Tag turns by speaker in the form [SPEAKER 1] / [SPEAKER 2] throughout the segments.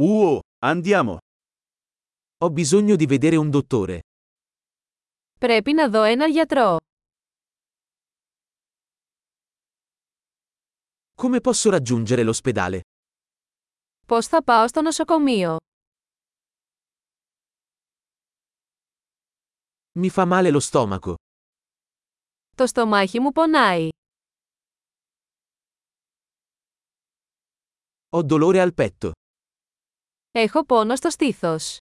[SPEAKER 1] Uh, andiamo.
[SPEAKER 2] Ho bisogno di vedere un dottore.
[SPEAKER 3] Πρέπει να δω έναν γιατρό.
[SPEAKER 2] Come posso raggiungere l'ospedale?
[SPEAKER 3] Πώς θα πάω στο νοσοκομείο.
[SPEAKER 2] Mi fa male lo stomaco.
[SPEAKER 3] Το στομάχι μου πονάει.
[SPEAKER 2] Ho dolore al petto.
[SPEAKER 3] Έχω πόνο στο στήθος.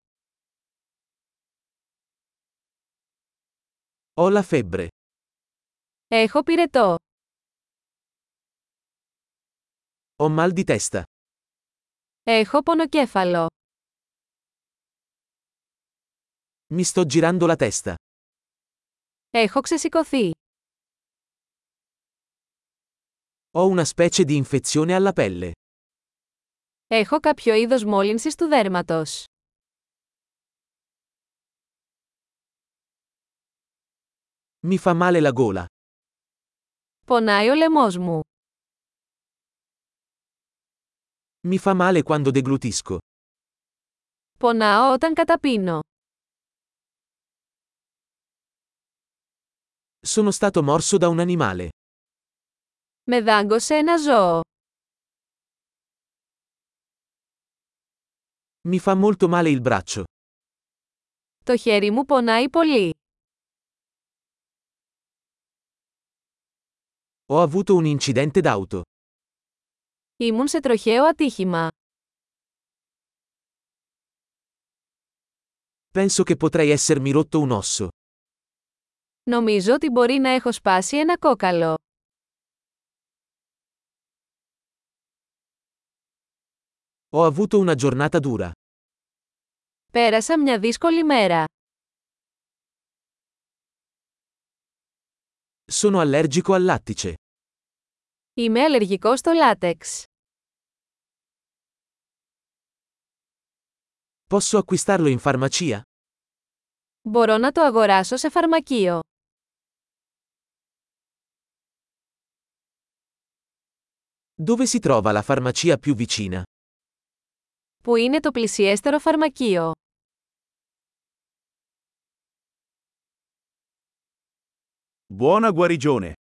[SPEAKER 2] Ho la febbre.
[SPEAKER 3] Έχω πυρετό.
[SPEAKER 2] Ho mal di testa.
[SPEAKER 3] Έχω πονοκέφαλο.
[SPEAKER 2] Mi sto girando la testa.
[SPEAKER 3] Έχω ξεσηκωθεί.
[SPEAKER 2] Ho una specie di infezione alla pelle.
[SPEAKER 3] Έχω κάποιο είδος μόλυνσης του δέρματος.
[SPEAKER 2] Mi fa male la gola.
[SPEAKER 3] Πονάει ο λαιμός μου.
[SPEAKER 2] Mi fa male quando deglutisco.
[SPEAKER 3] Πονάω όταν καταπίνω.
[SPEAKER 2] Sono stato morso da un animale.
[SPEAKER 3] Με δάγκωσε ένα ζώο.
[SPEAKER 2] Mi fa molto male il braccio.
[SPEAKER 3] Το χέρι μου πονάει πολύ.
[SPEAKER 2] Ho avuto un incidente d'auto.
[SPEAKER 3] Ήμουν σε τροχαίο ατύχημα.
[SPEAKER 2] Penso che potrei essermi rotto un osso.
[SPEAKER 3] Νομίζω ότι μπορεί να έχω σπάσει ένα κόκαλο.
[SPEAKER 2] Ho avuto una giornata dura.
[SPEAKER 3] Πέρασα μια δύσκολη μέρα.
[SPEAKER 2] Sono allergico al lattice.
[SPEAKER 3] Είμαι αλλεργικός στο λάτεξ.
[SPEAKER 2] Posso acquistarlo in farmacia?
[SPEAKER 3] Μπορώ να το αγοράσω σε φαρμακείο.
[SPEAKER 2] Dove si trova la farmacia più vicina?
[SPEAKER 3] Πού είναι το πλησιέστερο φαρμακείο.
[SPEAKER 1] Buona guarigione.